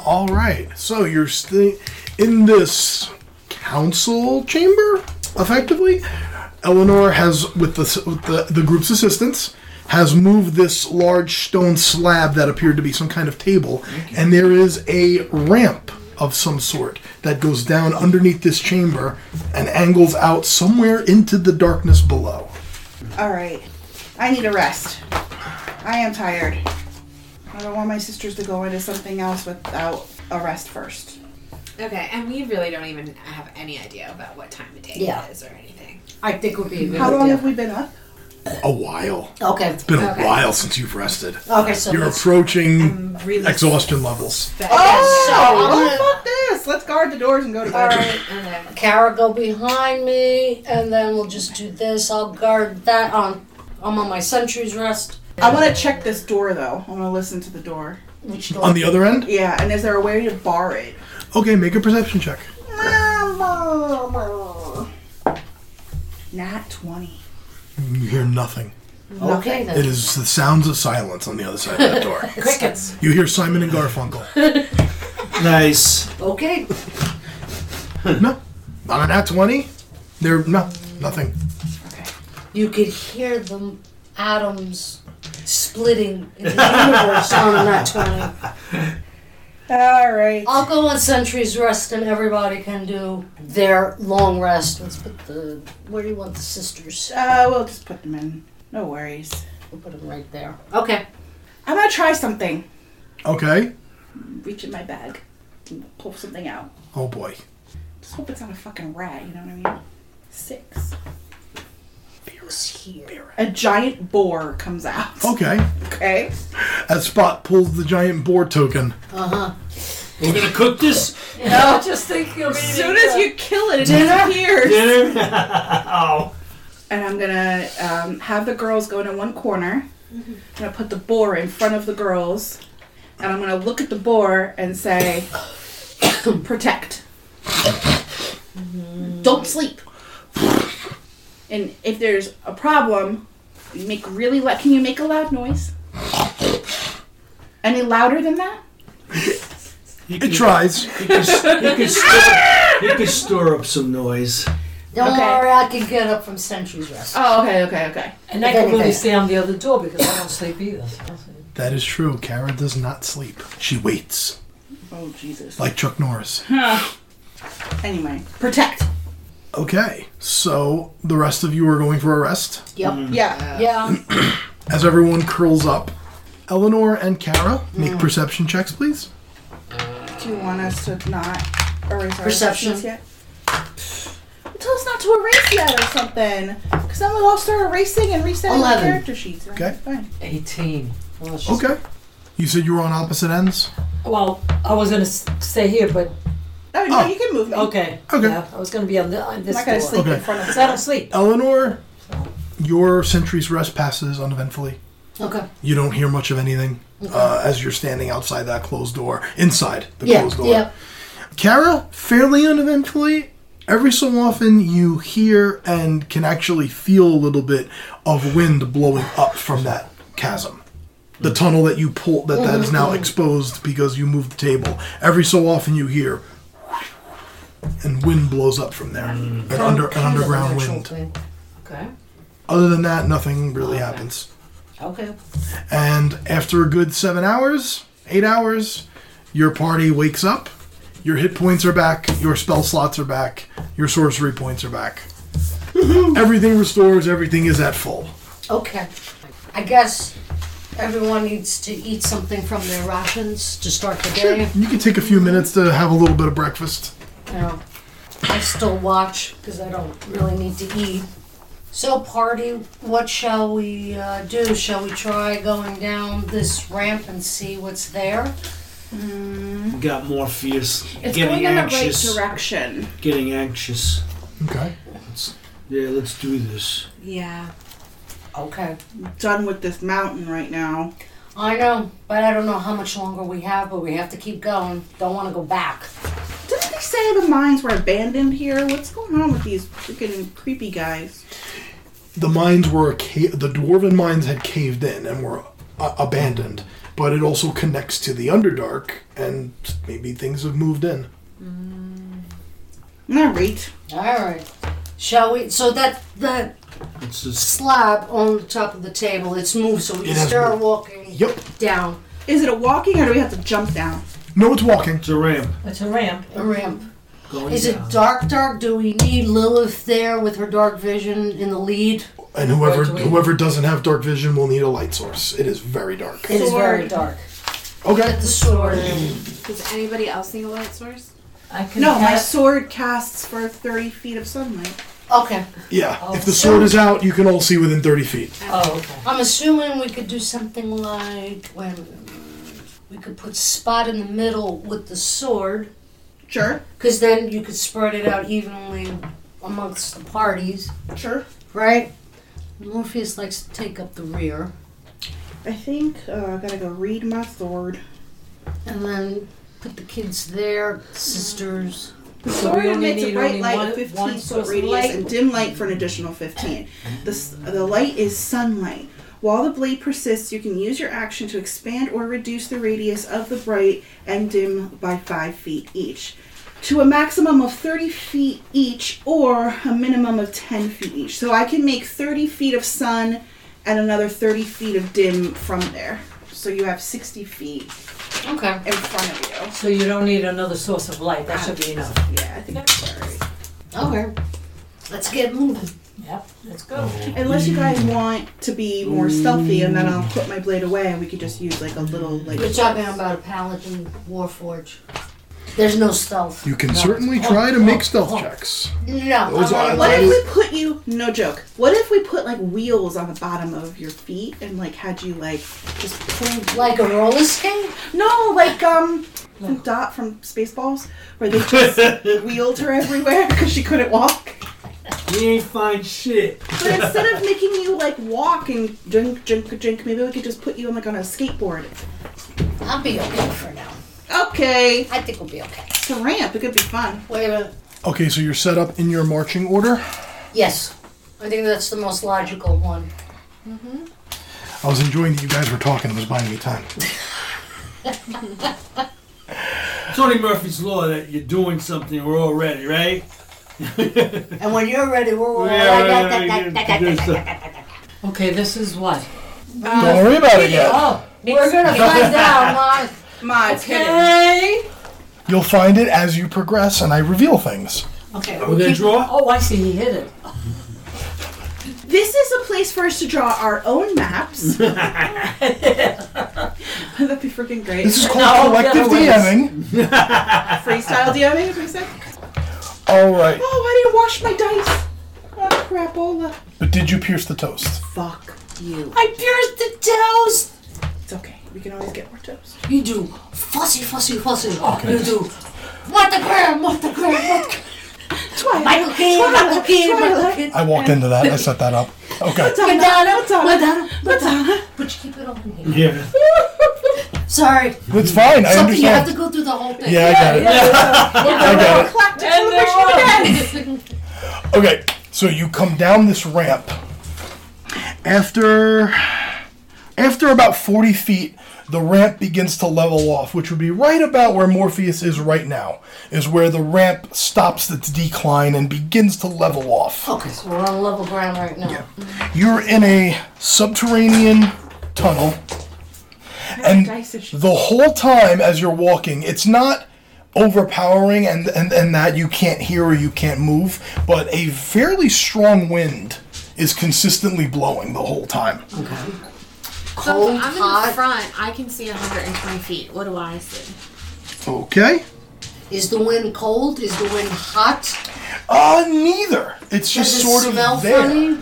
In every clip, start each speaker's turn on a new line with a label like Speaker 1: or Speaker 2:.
Speaker 1: All right. So you're sti- in this council chamber, effectively. Eleanor has, with the, s- with the the group's assistance, has moved this large stone slab that appeared to be some kind of table, and there is a ramp of some sort that goes down underneath this chamber and angles out somewhere into the darkness below.
Speaker 2: All right. I need a rest. I am tired. I don't want my sisters to go into something else without a rest first.
Speaker 3: Okay, and we really don't even have any idea about what time of day
Speaker 4: Yeah.
Speaker 3: it is or anything.
Speaker 5: I think would be a good
Speaker 2: How long
Speaker 5: idea.
Speaker 2: have we been up?
Speaker 1: A while.
Speaker 4: Okay.
Speaker 1: Been a
Speaker 3: Okay. um,
Speaker 1: while since you've rested.
Speaker 4: Okay, so
Speaker 1: You're
Speaker 4: let's-
Speaker 1: approaching
Speaker 3: Really
Speaker 1: exhaustion levels.
Speaker 4: Oh,
Speaker 2: Oh, fuck this! Let's guard the doors and go to bed.
Speaker 3: Okay.
Speaker 4: Kara, go behind me, and then we'll just do this. I'll guard that. Um, I'm on my sentry's rest.
Speaker 2: I want to check this door though. I want to listen to the door.
Speaker 4: Which
Speaker 1: On
Speaker 4: door?
Speaker 1: the other end?
Speaker 2: Yeah, and is there a way to bar it?
Speaker 1: Okay, make a perception check.
Speaker 2: Not 20.
Speaker 1: You hear nothing.
Speaker 4: okay,
Speaker 1: It
Speaker 4: then.
Speaker 1: is the sounds of silence on the other side of that door.
Speaker 5: Crickets.
Speaker 1: You hear Simon and Garfunkel.
Speaker 6: Nice.
Speaker 4: Okay.
Speaker 1: No, not an at twenty. They're no nothing.
Speaker 4: You could hear the atoms splitting in the universe on that 20.
Speaker 2: Alright.
Speaker 4: I'll go on sentry's rest, and everybody can do their long rest. Let's put the. Where do you want the sisters?
Speaker 2: Uh, we'll just put them in. No worries.
Speaker 4: We'll put them right there. Okay.
Speaker 2: I'm gonna try something.
Speaker 1: Okay.
Speaker 2: Reach in my bag. and Pull something out.
Speaker 1: Oh boy.
Speaker 2: Just hope it's not a fucking rat, you know what I mean? Six.
Speaker 4: It's here.
Speaker 2: A giant boar comes out.
Speaker 1: Okay.
Speaker 2: Okay.
Speaker 1: As Spot pulls the giant boar token.
Speaker 6: We're gonna cook this
Speaker 4: No, just thinking of
Speaker 2: As soon as you kill it, it disappears.
Speaker 6: dinner. oh.
Speaker 2: And I'm gonna um, have the girls go into one corner. I'm gonna put the boar in front of the girls, and I'm gonna look at the boar and say, "Protect. Don't sleep. and if there's a problem, you make really loud. Can you make a loud noise? Any louder than that?
Speaker 6: He
Speaker 1: It tries.
Speaker 6: He can, he, can stir, he can stir up some noise.
Speaker 4: Don't
Speaker 2: Okay.
Speaker 4: worry, I can get up from sentry's rest.
Speaker 2: Oh, okay, okay, okay.
Speaker 5: And I can really stay on the other door because I don't sleep either.
Speaker 1: That is true. Kara does not sleep. She waits
Speaker 2: Oh Jesus.
Speaker 1: like Chuck Norris.
Speaker 2: Anyway, protect.
Speaker 1: Okay. So the rest of you are going for a rest.
Speaker 4: Yep.
Speaker 2: Yeah.
Speaker 4: Yeah.
Speaker 1: As everyone curls up, Eleanor and Kara make perception checks, please.
Speaker 2: Do you want us to not erase our
Speaker 4: Perception.
Speaker 2: perceptions yet? Tell us not to erase that or something. Because then we'll all start erasing and resetting the
Speaker 4: Eleven.
Speaker 2: character sheets. right?
Speaker 1: Okay.
Speaker 2: Fine.
Speaker 5: 18. Well, it's just-
Speaker 1: Okay. You said you were on opposite ends.
Speaker 5: Well, I was going to stay here, but
Speaker 2: Oh, no,
Speaker 1: Oh.
Speaker 2: you can move me.
Speaker 5: okay.
Speaker 1: Okay.
Speaker 5: Yeah, I was going to be on, the, on
Speaker 2: I'm
Speaker 5: this
Speaker 2: not
Speaker 5: door.
Speaker 2: going to sleep
Speaker 1: Okay.
Speaker 2: in front of
Speaker 5: 'Cause I don't sleep.
Speaker 1: Eleanor, your sentry's rest passes uneventfully.
Speaker 4: Okay.
Speaker 1: You don't hear much of anything uh, as you're standing outside that closed door, inside the
Speaker 4: Yeah.
Speaker 1: closed door.
Speaker 4: Yeah.
Speaker 1: Kara, fairly uneventfully, every so often you hear and can actually feel a little bit of wind blowing up from that chasm. The tunnel that you pulled, that, that is now exposed because you moved the table. Every so often you hear, and wind blows up from there. An, under, an underground wind.
Speaker 5: Okay.
Speaker 1: Other than that, nothing really happens.
Speaker 4: Okay.
Speaker 1: And after a good seven hours, eight hours, your party wakes up. Your hit points are back. Your spell slots are back. Your sorcery points are back. everything restores. Everything is at full.
Speaker 4: Okay. I guess everyone needs to eat something from their rations to start the day.
Speaker 1: You can take a few minutes to have a little bit of breakfast.
Speaker 4: You know, I still watch because I don't really need to eat. So, party, what shall we uh, do? Shall we try going down this ramp and see what's there?
Speaker 6: Got more fierce.
Speaker 2: It's
Speaker 6: getting
Speaker 2: going in the right
Speaker 6: anxious.
Speaker 2: direction.
Speaker 6: Getting anxious.
Speaker 1: Okay.
Speaker 6: Yeah, let's do this.
Speaker 3: Yeah.
Speaker 4: Okay.
Speaker 2: Done with this mountain right now.
Speaker 4: I know, but I don't know how much longer we have, but we have to keep going. Don't want to go back.
Speaker 2: Didn't they say the mines were abandoned here? What's going on with these freaking creepy guys?
Speaker 1: The mines were ca- the dwarven mines had caved in and were uh, abandoned, but it also connects to the Underdark, and maybe things have moved in.
Speaker 2: All right.
Speaker 4: All right. Shall we? So that that
Speaker 6: It's just
Speaker 4: slab on the top of the table, it's moved, so we
Speaker 1: It
Speaker 4: can
Speaker 1: has
Speaker 4: start
Speaker 1: moved.
Speaker 4: walking
Speaker 1: Yep.
Speaker 4: down
Speaker 2: Is it a walking or do we have to jump down?
Speaker 1: No, it's walking.
Speaker 6: it's a ramp
Speaker 5: It's a ramp.
Speaker 4: a ramp.
Speaker 1: Oh,
Speaker 6: going
Speaker 4: Is it
Speaker 6: down.
Speaker 4: dark? Dark? Do we need Lilith there with her dark vision in the lead?
Speaker 1: And whoever
Speaker 5: Right, wait.
Speaker 1: whoever doesn't have dark vision will need a light source. It is very dark.
Speaker 4: It is very
Speaker 2: Sword.
Speaker 4: dark.
Speaker 1: Okay.
Speaker 4: Get the sword.
Speaker 3: Does anybody else need a light source?
Speaker 5: I can
Speaker 2: No, my
Speaker 5: have-
Speaker 2: sword casts for 30 feet of sunlight.
Speaker 4: Okay.
Speaker 1: Yeah.
Speaker 5: Oh.
Speaker 1: If the sword is out, you can all see within thirty feet.
Speaker 5: Oh, okay.
Speaker 4: I'm assuming we could do something like when we could put Spot in the middle with the sword,
Speaker 2: Sure.
Speaker 4: because then you could spread it out evenly amongst the parties,
Speaker 2: Sure.
Speaker 4: right? Morpheus likes to take up the rear,
Speaker 2: I think uh, I gotta go read my sword.
Speaker 4: and then put the kids there, sisters.
Speaker 5: So we only
Speaker 2: emits a
Speaker 5: need
Speaker 2: bright
Speaker 5: only
Speaker 2: light
Speaker 5: one-
Speaker 2: of 15
Speaker 5: one
Speaker 2: foot
Speaker 5: source of
Speaker 2: radius
Speaker 5: light.
Speaker 2: and dim light for an additional 15. The, s- the light is sunlight. While the blade persists, you can use your action to expand or reduce the radius of the bright and dim by 5 feet each. To a maximum of 30 feet each or a minimum of 10 feet each. So I can make 30 feet of sun and another 30 feet of dim from there. So you have 60 feet
Speaker 4: Okay.
Speaker 2: in front of you.
Speaker 5: So you don't need another source of light. That should be enough.
Speaker 2: Yeah, I think that's alright.
Speaker 4: Okay. Let's get moving.
Speaker 5: Yep. Let's go.
Speaker 2: Unless you guys want to be more stealthy, and then I'll put my blade away, and we could just use like a little like.
Speaker 4: You're talking about a paladin warforge. There's no stealth.
Speaker 1: You can certainly try to make stealth checks.
Speaker 4: No.
Speaker 1: Those
Speaker 4: I'm
Speaker 1: are-
Speaker 4: not-
Speaker 2: What if we put you? No joke. What if we put like wheels on the bottom of your feet and like had you like just pull?
Speaker 4: Like a roller skate?
Speaker 2: No, like um, from Dot from Spaceballs, where they just wheeled her everywhere because she couldn't walk.
Speaker 6: We ain't find shit.
Speaker 2: But instead of making you like walk and drink, drink, drink, maybe we could just put you on like on a skateboard.
Speaker 4: I'll be okay for now.
Speaker 2: Okay,
Speaker 4: I think we'll be okay.
Speaker 2: it's a ramp. It could be fun.
Speaker 4: Wait a minute.
Speaker 1: Okay, so you're set up in your marching order.
Speaker 4: Yes. I think that's the most logical one.
Speaker 1: I was enjoying that you guys were talking. It was buying me time.
Speaker 6: Tony Murphy's law that you're doing something, we're all ready, right?
Speaker 4: And when you're ready, we're all
Speaker 5: Okay, this is what?
Speaker 4: Uh,
Speaker 1: Don't worry about it yet.
Speaker 5: Oh,
Speaker 4: We're gonna find out, Mom.
Speaker 2: My goodness.
Speaker 5: okay.
Speaker 1: You'll find it as you progress, and I reveal things.
Speaker 5: Okay.
Speaker 6: We're gonna draw.
Speaker 5: Oh, I see. He hit it.
Speaker 2: This is a place for us to draw our own maps. That'd be freaking great.
Speaker 1: This is called
Speaker 4: Oh,
Speaker 5: No,
Speaker 1: collective
Speaker 5: no, wait.
Speaker 1: DMing.
Speaker 2: freestyle DMing, is what you said?
Speaker 1: All right,
Speaker 2: Oh, I didn't wash my dice. Oh, crapola.
Speaker 1: but did you pierce the toast?
Speaker 2: Fuck you.
Speaker 4: I pierced the toes.
Speaker 2: It's okay. We can always get more toast.
Speaker 4: You do fussy, fussy, fussy. You do what the gram, what the gram, what the
Speaker 2: Twilight.
Speaker 4: Michael Caine, Michael Caine, Michael Caine.
Speaker 1: I walked into that. I set that up. Okay.
Speaker 4: Madonna,
Speaker 2: Madonna,
Speaker 4: Madonna,
Speaker 2: Madonna.
Speaker 4: But you keep it all in here.
Speaker 6: Yeah.
Speaker 4: Sorry.
Speaker 1: It's fine. I
Speaker 4: Something you
Speaker 1: understand.
Speaker 4: have to go through the whole thing.
Speaker 1: Yeah, I got it. I got it.
Speaker 2: Collective
Speaker 5: And there
Speaker 2: celebration
Speaker 5: was.
Speaker 2: again.
Speaker 1: Okay, so you come down this ramp. After after about 40 feet, the ramp begins to level off, which would be right about where Morpheus is right now, is where the ramp stops its decline and begins to level off.
Speaker 4: Okay, so we're on level ground right now.
Speaker 1: You're in a subterranean tunnel. And
Speaker 2: Dice is
Speaker 1: the whole time as you're walking, it's not overpowering and, and, and that you can't hear or you can't move, but a fairly strong wind is consistently blowing the whole time.
Speaker 3: So
Speaker 4: Cold,
Speaker 3: if I'm in
Speaker 4: hot.
Speaker 3: the front. I can see 120 feet. What do I see?
Speaker 1: Okay?
Speaker 4: Is the wind cold? Is the wind hot?
Speaker 1: Uh, neither. It's
Speaker 4: Does
Speaker 1: just
Speaker 4: it
Speaker 1: sort
Speaker 4: smell
Speaker 1: of there.
Speaker 4: funny?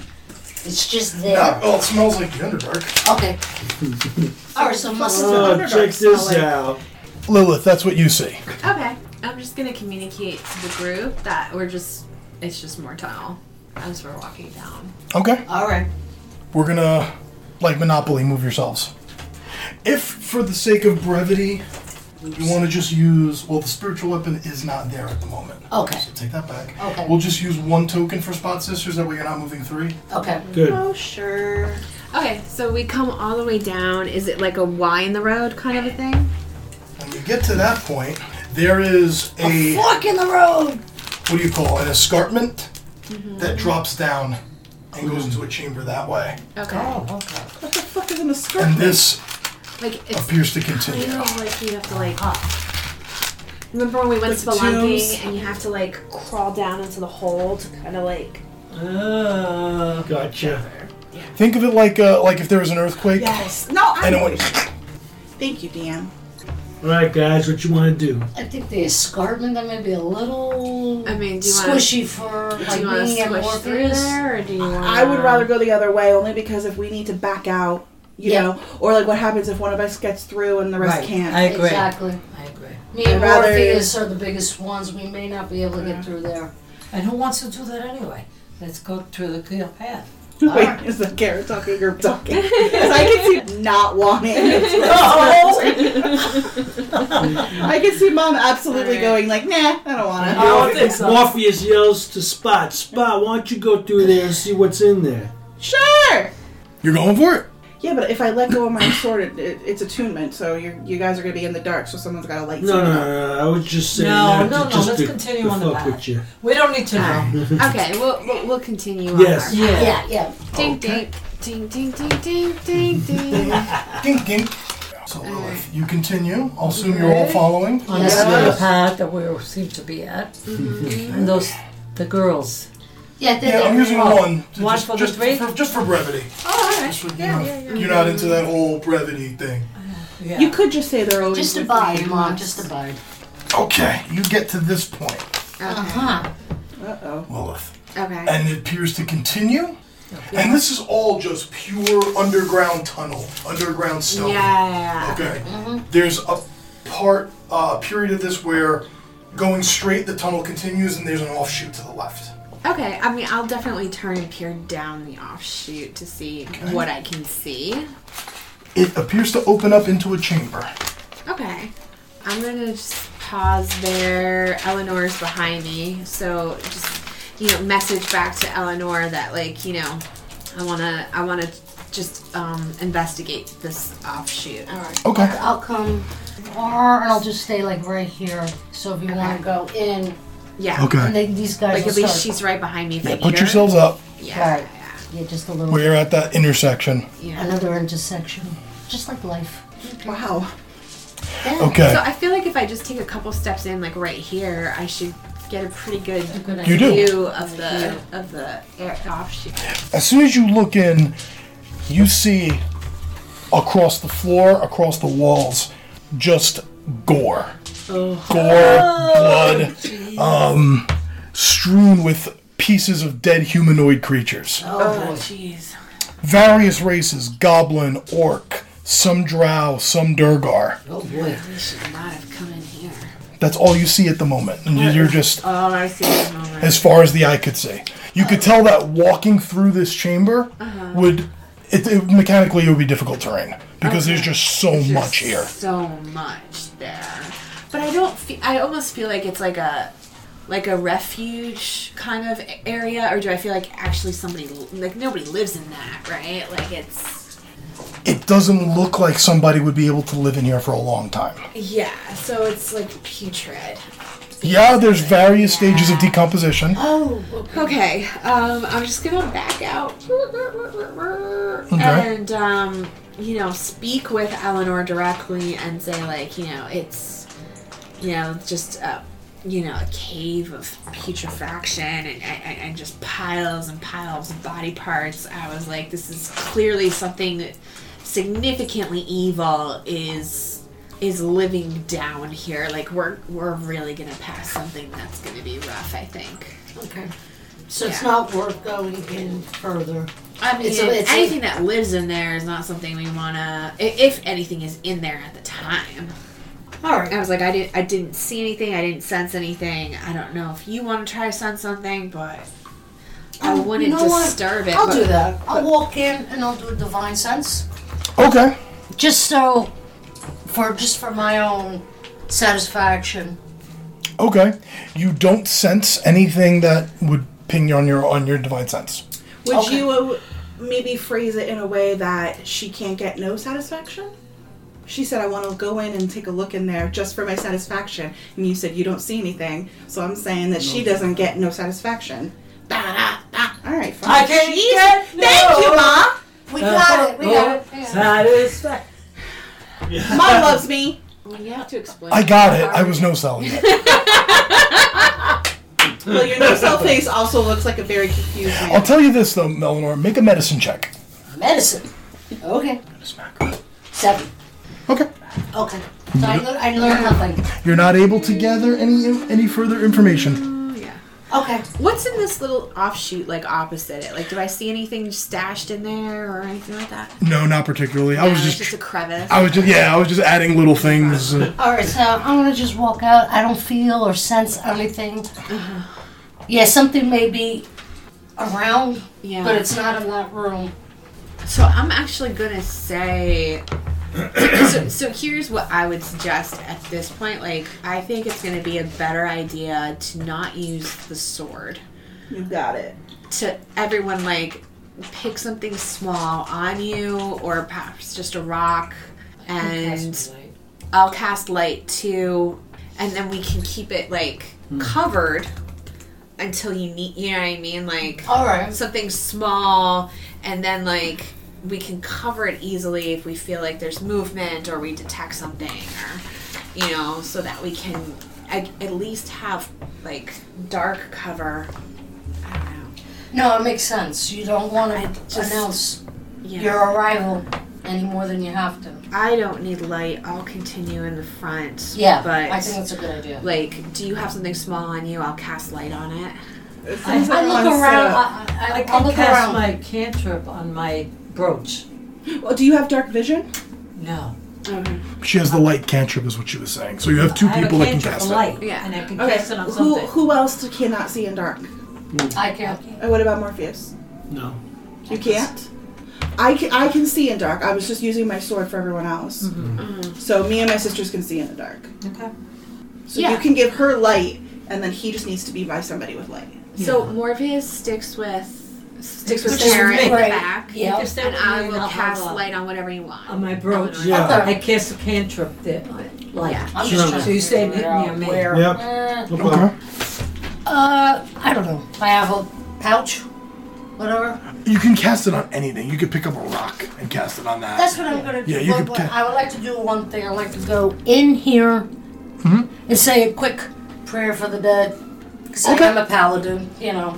Speaker 4: It's just there.
Speaker 1: Uh, well, it smells like the Underdark.
Speaker 4: Okay. All right, so must
Speaker 6: Oh, check this
Speaker 2: smell like-
Speaker 6: out.
Speaker 1: Lilith, that's what you see.
Speaker 3: Okay. I'm just gonna communicate to the group that we're just it's just more tunnel as we're walking down.
Speaker 1: Okay?
Speaker 4: All right.
Speaker 1: we're gonna like monopoly move yourselves if for the sake of brevity you want to just use well the spiritual weapon is not there at the moment
Speaker 4: Okay.
Speaker 1: so take that back
Speaker 4: Okay.
Speaker 1: we'll just use one token for spot sisters that way you're not moving three
Speaker 4: Okay.
Speaker 6: Good.
Speaker 2: Oh, sure.
Speaker 3: Okay, so we come all the way down. Is it like a Y in the road kind of a thing?
Speaker 1: When you get to that point, there is
Speaker 4: A
Speaker 1: a
Speaker 4: fork in the road.
Speaker 1: what do you call it, an escarpment
Speaker 4: Mm-hmm.
Speaker 1: that drops down and goes into a chamber that way.
Speaker 3: Okay.
Speaker 4: okay.
Speaker 2: What the fuck is an
Speaker 1: And
Speaker 2: escarpment?
Speaker 1: this
Speaker 3: Like it's
Speaker 1: appears to
Speaker 3: kind
Speaker 1: continue.
Speaker 3: of like you have to like. Remember when we went
Speaker 2: Like tombs?
Speaker 3: spelunking and you have to like crawl down into the hole to kind of like.
Speaker 5: Uh,
Speaker 6: Ah, Gotcha.
Speaker 1: Think of it like uh, like if there was an earthquake
Speaker 2: Yes. No, I
Speaker 1: and it went
Speaker 2: Thank you, Dan.
Speaker 6: All right, guys, what you want to do?
Speaker 4: I think the escarpment that may be a little
Speaker 3: I mean, do you wanna-
Speaker 4: squishy for
Speaker 3: Do
Speaker 4: like
Speaker 3: you want to
Speaker 4: being at
Speaker 3: squish through
Speaker 4: Morpheus.
Speaker 3: there, or do you want?
Speaker 2: I would rather go the other way only because if we need to back out, you
Speaker 4: Yeah.
Speaker 2: know, or like what happens if one of us gets through and the rest
Speaker 5: right.
Speaker 2: can't.
Speaker 5: I agree.
Speaker 4: Exactly.
Speaker 5: I agree.
Speaker 4: Me and
Speaker 2: I'd rather-
Speaker 4: Morpheus are the biggest ones. We may not be able to get through there.
Speaker 5: And who wants to do that anyway? Let's go through the clear path.
Speaker 2: Wait,
Speaker 4: Ah.
Speaker 2: is the carrot talking or talking? 'Cause I can see not wanting. it. I can see mom absolutely
Speaker 3: Alright.
Speaker 2: going like, nah, I don't want to.
Speaker 5: don't think so.
Speaker 6: Morpheus yells to Spot, Spot, why don't you go through there and see what's in there?
Speaker 2: Sure.
Speaker 1: You're going for it.
Speaker 2: Yeah, but if I let go of my sword, it, it, it's attunement, so you're, you guys are gonna be in the dark. So someone's got to light.
Speaker 6: No, no,
Speaker 2: someone
Speaker 6: no,
Speaker 2: up.
Speaker 6: no, I was just saying
Speaker 5: No,
Speaker 6: that
Speaker 5: no,
Speaker 6: to,
Speaker 5: no,
Speaker 6: just
Speaker 5: let's
Speaker 6: to,
Speaker 5: continue
Speaker 6: to
Speaker 5: on the
Speaker 6: fuck
Speaker 5: path.
Speaker 6: with you.
Speaker 5: We don't need to
Speaker 2: Ah,
Speaker 5: know.
Speaker 3: Okay, we'll we'll, we'll continue. on
Speaker 6: Yes.
Speaker 3: our-
Speaker 5: Yeah.
Speaker 4: Yeah, yeah.
Speaker 3: Ding ding ding ding ding ding ding ding.
Speaker 1: Dink dink. So Lilith, you continue. I'll assume you're all following.
Speaker 5: On
Speaker 4: Yes.
Speaker 5: this little path that we seem to be at.
Speaker 2: Mm-hmm.
Speaker 5: And those, the girls.
Speaker 4: Yeah, they
Speaker 1: Yeah, I'm using one. to
Speaker 5: One
Speaker 1: just,
Speaker 5: for the
Speaker 1: just,
Speaker 5: three?
Speaker 1: for, just for brevity.
Speaker 3: Oh,
Speaker 1: Just
Speaker 3: alright.
Speaker 1: for- you
Speaker 3: Yeah,
Speaker 1: know,
Speaker 3: yeah, yeah.
Speaker 1: You're not into that whole brevity thing.
Speaker 5: Yeah.
Speaker 2: You could just say they're always
Speaker 4: Just
Speaker 2: with me.
Speaker 4: abide, Mom. Just abide.
Speaker 1: Okay, you get to this point,
Speaker 4: Uh huh.
Speaker 2: Uh oh.
Speaker 1: Lilith.
Speaker 3: Okay.
Speaker 1: and it appears to continue. And this is all just pure underground tunnel, underground stone.
Speaker 3: Yeah. Mm-hmm.
Speaker 1: Okay. There's a part, a period of this where going straight, the tunnel continues, and there's an offshoot to the left.
Speaker 3: Okay. I mean, I'll definitely turn and peer down the offshoot to see what I can see.
Speaker 1: It appears to open up into a chamber.
Speaker 3: Okay. I'm gonna just pause there. Eleanor's behind me, so just you know, message back to Eleanor that like you know, I wanna I wanna just um, investigate this offshoot.
Speaker 4: All right.
Speaker 1: Okay.
Speaker 4: I'll come, or and I'll just stay like right here. So if you want to go in,
Speaker 3: Yeah.
Speaker 4: and they, these guys
Speaker 3: Like
Speaker 4: will
Speaker 3: at least
Speaker 4: start.
Speaker 3: she's right behind me. If I
Speaker 1: Yeah,
Speaker 3: need
Speaker 1: put
Speaker 3: her.
Speaker 1: yourselves up.
Speaker 3: Yeah.
Speaker 4: Right. Yeah, just a little.
Speaker 1: We're at that intersection.
Speaker 3: Yeah. yeah.
Speaker 4: Another intersection, just like life.
Speaker 2: Wow.
Speaker 4: Yeah.
Speaker 3: So
Speaker 1: Okay.
Speaker 3: I feel like if I just take a couple steps in, like right here, I should get a pretty good
Speaker 4: Good
Speaker 1: You
Speaker 4: idea.
Speaker 1: do.
Speaker 3: view of the of the air offshoot.
Speaker 1: As soon as you look in, you see across the floor, across the walls, just gore.
Speaker 3: Oh.
Speaker 1: Gore, blood, um, strewn with pieces of dead humanoid creatures.
Speaker 3: Oh, jeez.
Speaker 1: Various races goblin, orc, some drow, some durgar.
Speaker 5: Oh boy.
Speaker 3: We should not have come in here.
Speaker 1: That's all you see at the moment. And you- you're just
Speaker 3: All I see is moment.
Speaker 1: as far as the eye could see. You could tell that walking through this chamber would it, it- mechanically it would be difficult terrain because there's just so much here.
Speaker 3: So much there, but I don't. Fe- I almost feel like it's like a, like a refuge kind of area, or do I feel like actually somebody like nobody lives in that, right? Like it's
Speaker 1: It doesn't look like somebody would be able to live in here for a long time.
Speaker 3: yeah. So it's like putrid.
Speaker 1: Yeah, there's various stages of decomposition.
Speaker 4: Oh,
Speaker 3: Okay, um, I'm just gonna back out and um, you know speak with Eleanor directly and say like you know it's you know just a you know a cave of putrefaction and, and, and just piles and piles of body parts. I was like, this is clearly something that significantly evil is is living down here. Like we're we're really gonna pass something that's gonna be rough. I think.
Speaker 4: okay. So it's
Speaker 3: Yeah.
Speaker 4: not worth going in further.
Speaker 3: I mean,
Speaker 4: It's a- it's a-
Speaker 3: anything that lives in there is not something we want to. If anything is in there at the time,
Speaker 4: All right.
Speaker 3: I was like, I didn't, I didn't see anything. I didn't sense anything. I don't know if you want to try to sense something, but I
Speaker 4: Oh, you
Speaker 3: wouldn't
Speaker 4: know what?
Speaker 3: disturb it.
Speaker 4: I'll
Speaker 3: but-
Speaker 4: do that. I'll walk in and I'll do a divine sense,
Speaker 1: Okay.
Speaker 4: just so, for just for my own satisfaction.
Speaker 1: Okay. You don't sense anything that would ping you on your on your divine sense.
Speaker 2: Would
Speaker 4: Okay.
Speaker 2: you uh, maybe phrase it in a way that she can't get no satisfaction. She said, I want to go in and take a look in there just for my satisfaction. And you said, You don't see anything. So I'm saying that she doesn't get no satisfaction. Da, da, da. All right, fine.
Speaker 5: I can't
Speaker 2: Jeez.
Speaker 5: get no-
Speaker 2: Thank you, Ma.
Speaker 4: We got it. We got it. Yeah.
Speaker 5: Satisfaction.
Speaker 2: Mom loves me.
Speaker 3: Well, you have to explain.
Speaker 1: I got it. I was no selling it.
Speaker 2: Well, your no cell face also looks like a very confused man.
Speaker 1: I'll tell you this though, Eleanor. Make a medicine check.
Speaker 4: Medicine. Okay. Seven.
Speaker 1: Okay.
Speaker 4: Okay. So I, lear- I learned nothing.
Speaker 1: You're not able to gather any any further information.
Speaker 4: Okay.
Speaker 3: What's in this little offshoot, like opposite it? Like, do I see anything stashed in there or anything like that?
Speaker 1: No, not particularly. I was
Speaker 3: No, it's
Speaker 1: just,
Speaker 3: just a crevice.
Speaker 1: I was just, yeah, I was just adding little things. Uh, and-
Speaker 4: All right. So I'm gonna just walk out. I don't feel or sense anything. Mm-hmm. Yeah, something may be around,
Speaker 3: yeah.
Speaker 4: but it's not in that room.
Speaker 3: So I'm actually gonna say. so, so here's what I would suggest at this point. Like, I think it's gonna be a better idea to not use the sword.
Speaker 5: Oh.
Speaker 2: You got it.
Speaker 3: To everyone, like, pick something small on you, or perhaps just a rock, and I'll cast light too, and then we can keep it like covered until you need. You know what I mean? Like,
Speaker 4: All right.
Speaker 3: something small and then like we can cover it easily if we feel like there's movement or we detect something or you know so that we can at, at least have like dark cover i don't know
Speaker 4: No, it makes sense. You don't want
Speaker 3: I
Speaker 4: to
Speaker 3: just-
Speaker 4: announce
Speaker 3: yeah
Speaker 4: your arrival any more than you have to.
Speaker 3: i don't need light i'll continue in the front
Speaker 4: Yeah,
Speaker 3: but
Speaker 4: I think that's a good idea.
Speaker 3: like do you have something small on you i'll cast light on it
Speaker 2: It
Speaker 4: I,
Speaker 2: seems
Speaker 4: I
Speaker 2: like
Speaker 4: look
Speaker 2: everyone's set
Speaker 4: around.
Speaker 2: up.
Speaker 4: I, I,
Speaker 5: I
Speaker 4: I,
Speaker 5: can
Speaker 4: look
Speaker 5: cast
Speaker 4: around.
Speaker 5: my cantrip on my brooch.
Speaker 4: uh,
Speaker 2: Well, do you have dark vision?
Speaker 5: No.
Speaker 3: okay.
Speaker 1: She has the light cantrip, is what she was saying. So you have two
Speaker 5: I have
Speaker 1: people
Speaker 5: a
Speaker 1: that can
Speaker 5: cantrip
Speaker 1: cast
Speaker 5: of
Speaker 1: it.
Speaker 5: light,
Speaker 3: Yeah.
Speaker 5: and I can
Speaker 2: Okay.
Speaker 5: cast it on
Speaker 2: Who
Speaker 5: something.
Speaker 2: who else cannot see in dark?
Speaker 4: I can.
Speaker 2: And what about Morpheus?
Speaker 6: No.
Speaker 2: You can't. I can, I can see in dark. I was just using my sword for everyone else. Mm-hmm. So me and my sisters can see in the dark.
Speaker 5: Okay.
Speaker 2: So
Speaker 3: Yeah.
Speaker 2: you can give her light, and then he just needs to be by somebody with light.
Speaker 3: so morpheus sticks with sticks with
Speaker 5: Which is
Speaker 3: Sharon in the
Speaker 4: great.
Speaker 3: back
Speaker 4: Yeah.
Speaker 5: Just that
Speaker 3: and i
Speaker 5: way
Speaker 3: will
Speaker 5: I'll have
Speaker 3: cast
Speaker 5: a-
Speaker 3: light on whatever you want
Speaker 5: On my brooch.
Speaker 6: Yeah.
Speaker 5: I cast a cantrip there. Light.
Speaker 3: Yeah.
Speaker 4: I'm
Speaker 6: Sure.
Speaker 4: just trying
Speaker 5: So you
Speaker 4: to
Speaker 5: say
Speaker 4: figure
Speaker 5: hit
Speaker 4: out
Speaker 5: me on me.
Speaker 4: where.
Speaker 6: Yep.
Speaker 4: Uh,
Speaker 6: No problem.
Speaker 1: Okay.
Speaker 4: uh, I don't know. I have a pouch, whatever.
Speaker 1: You can cast it on anything. You could pick up a rock and cast it on that.
Speaker 4: That's what I'm gonna do.
Speaker 1: Yeah, you
Speaker 4: But
Speaker 1: could
Speaker 4: what-
Speaker 1: ca-
Speaker 4: I would like to do one thing. I'd like to go in here
Speaker 1: Mm-hmm.
Speaker 4: and say a quick prayer for the dead. Because
Speaker 1: Okay.
Speaker 4: I'm a paladin, you know.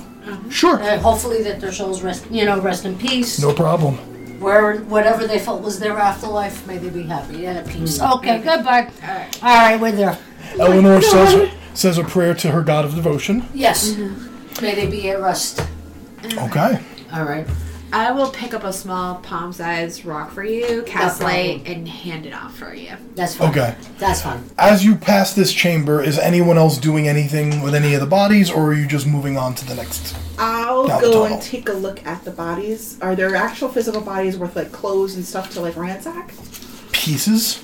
Speaker 1: sure.
Speaker 4: And hopefully that their souls rest, you know, rest in peace.
Speaker 1: No problem.
Speaker 4: Where whatever they felt was their afterlife, may they be happy and at peace. Okay, goodbye. All right. All right, we're there.
Speaker 1: Eleanor says says a prayer to her god of devotion.
Speaker 4: Yes. Mm-hmm. May they be at rest.
Speaker 1: Okay.
Speaker 4: All right.
Speaker 3: I will pick up a small palm sized rock for you, cast
Speaker 4: No problem.
Speaker 3: light, and hand it off for you.
Speaker 4: That's fine.
Speaker 1: Okay.
Speaker 4: That's fine.
Speaker 1: As you pass this chamber, is anyone else doing anything with any of the bodies, or are you just moving on to the next?
Speaker 2: I'll
Speaker 1: Down the
Speaker 2: go
Speaker 1: tunnel.
Speaker 2: and take a look at the bodies. Are there actual physical bodies worth like clothes and stuff to like ransack?
Speaker 1: Pieces.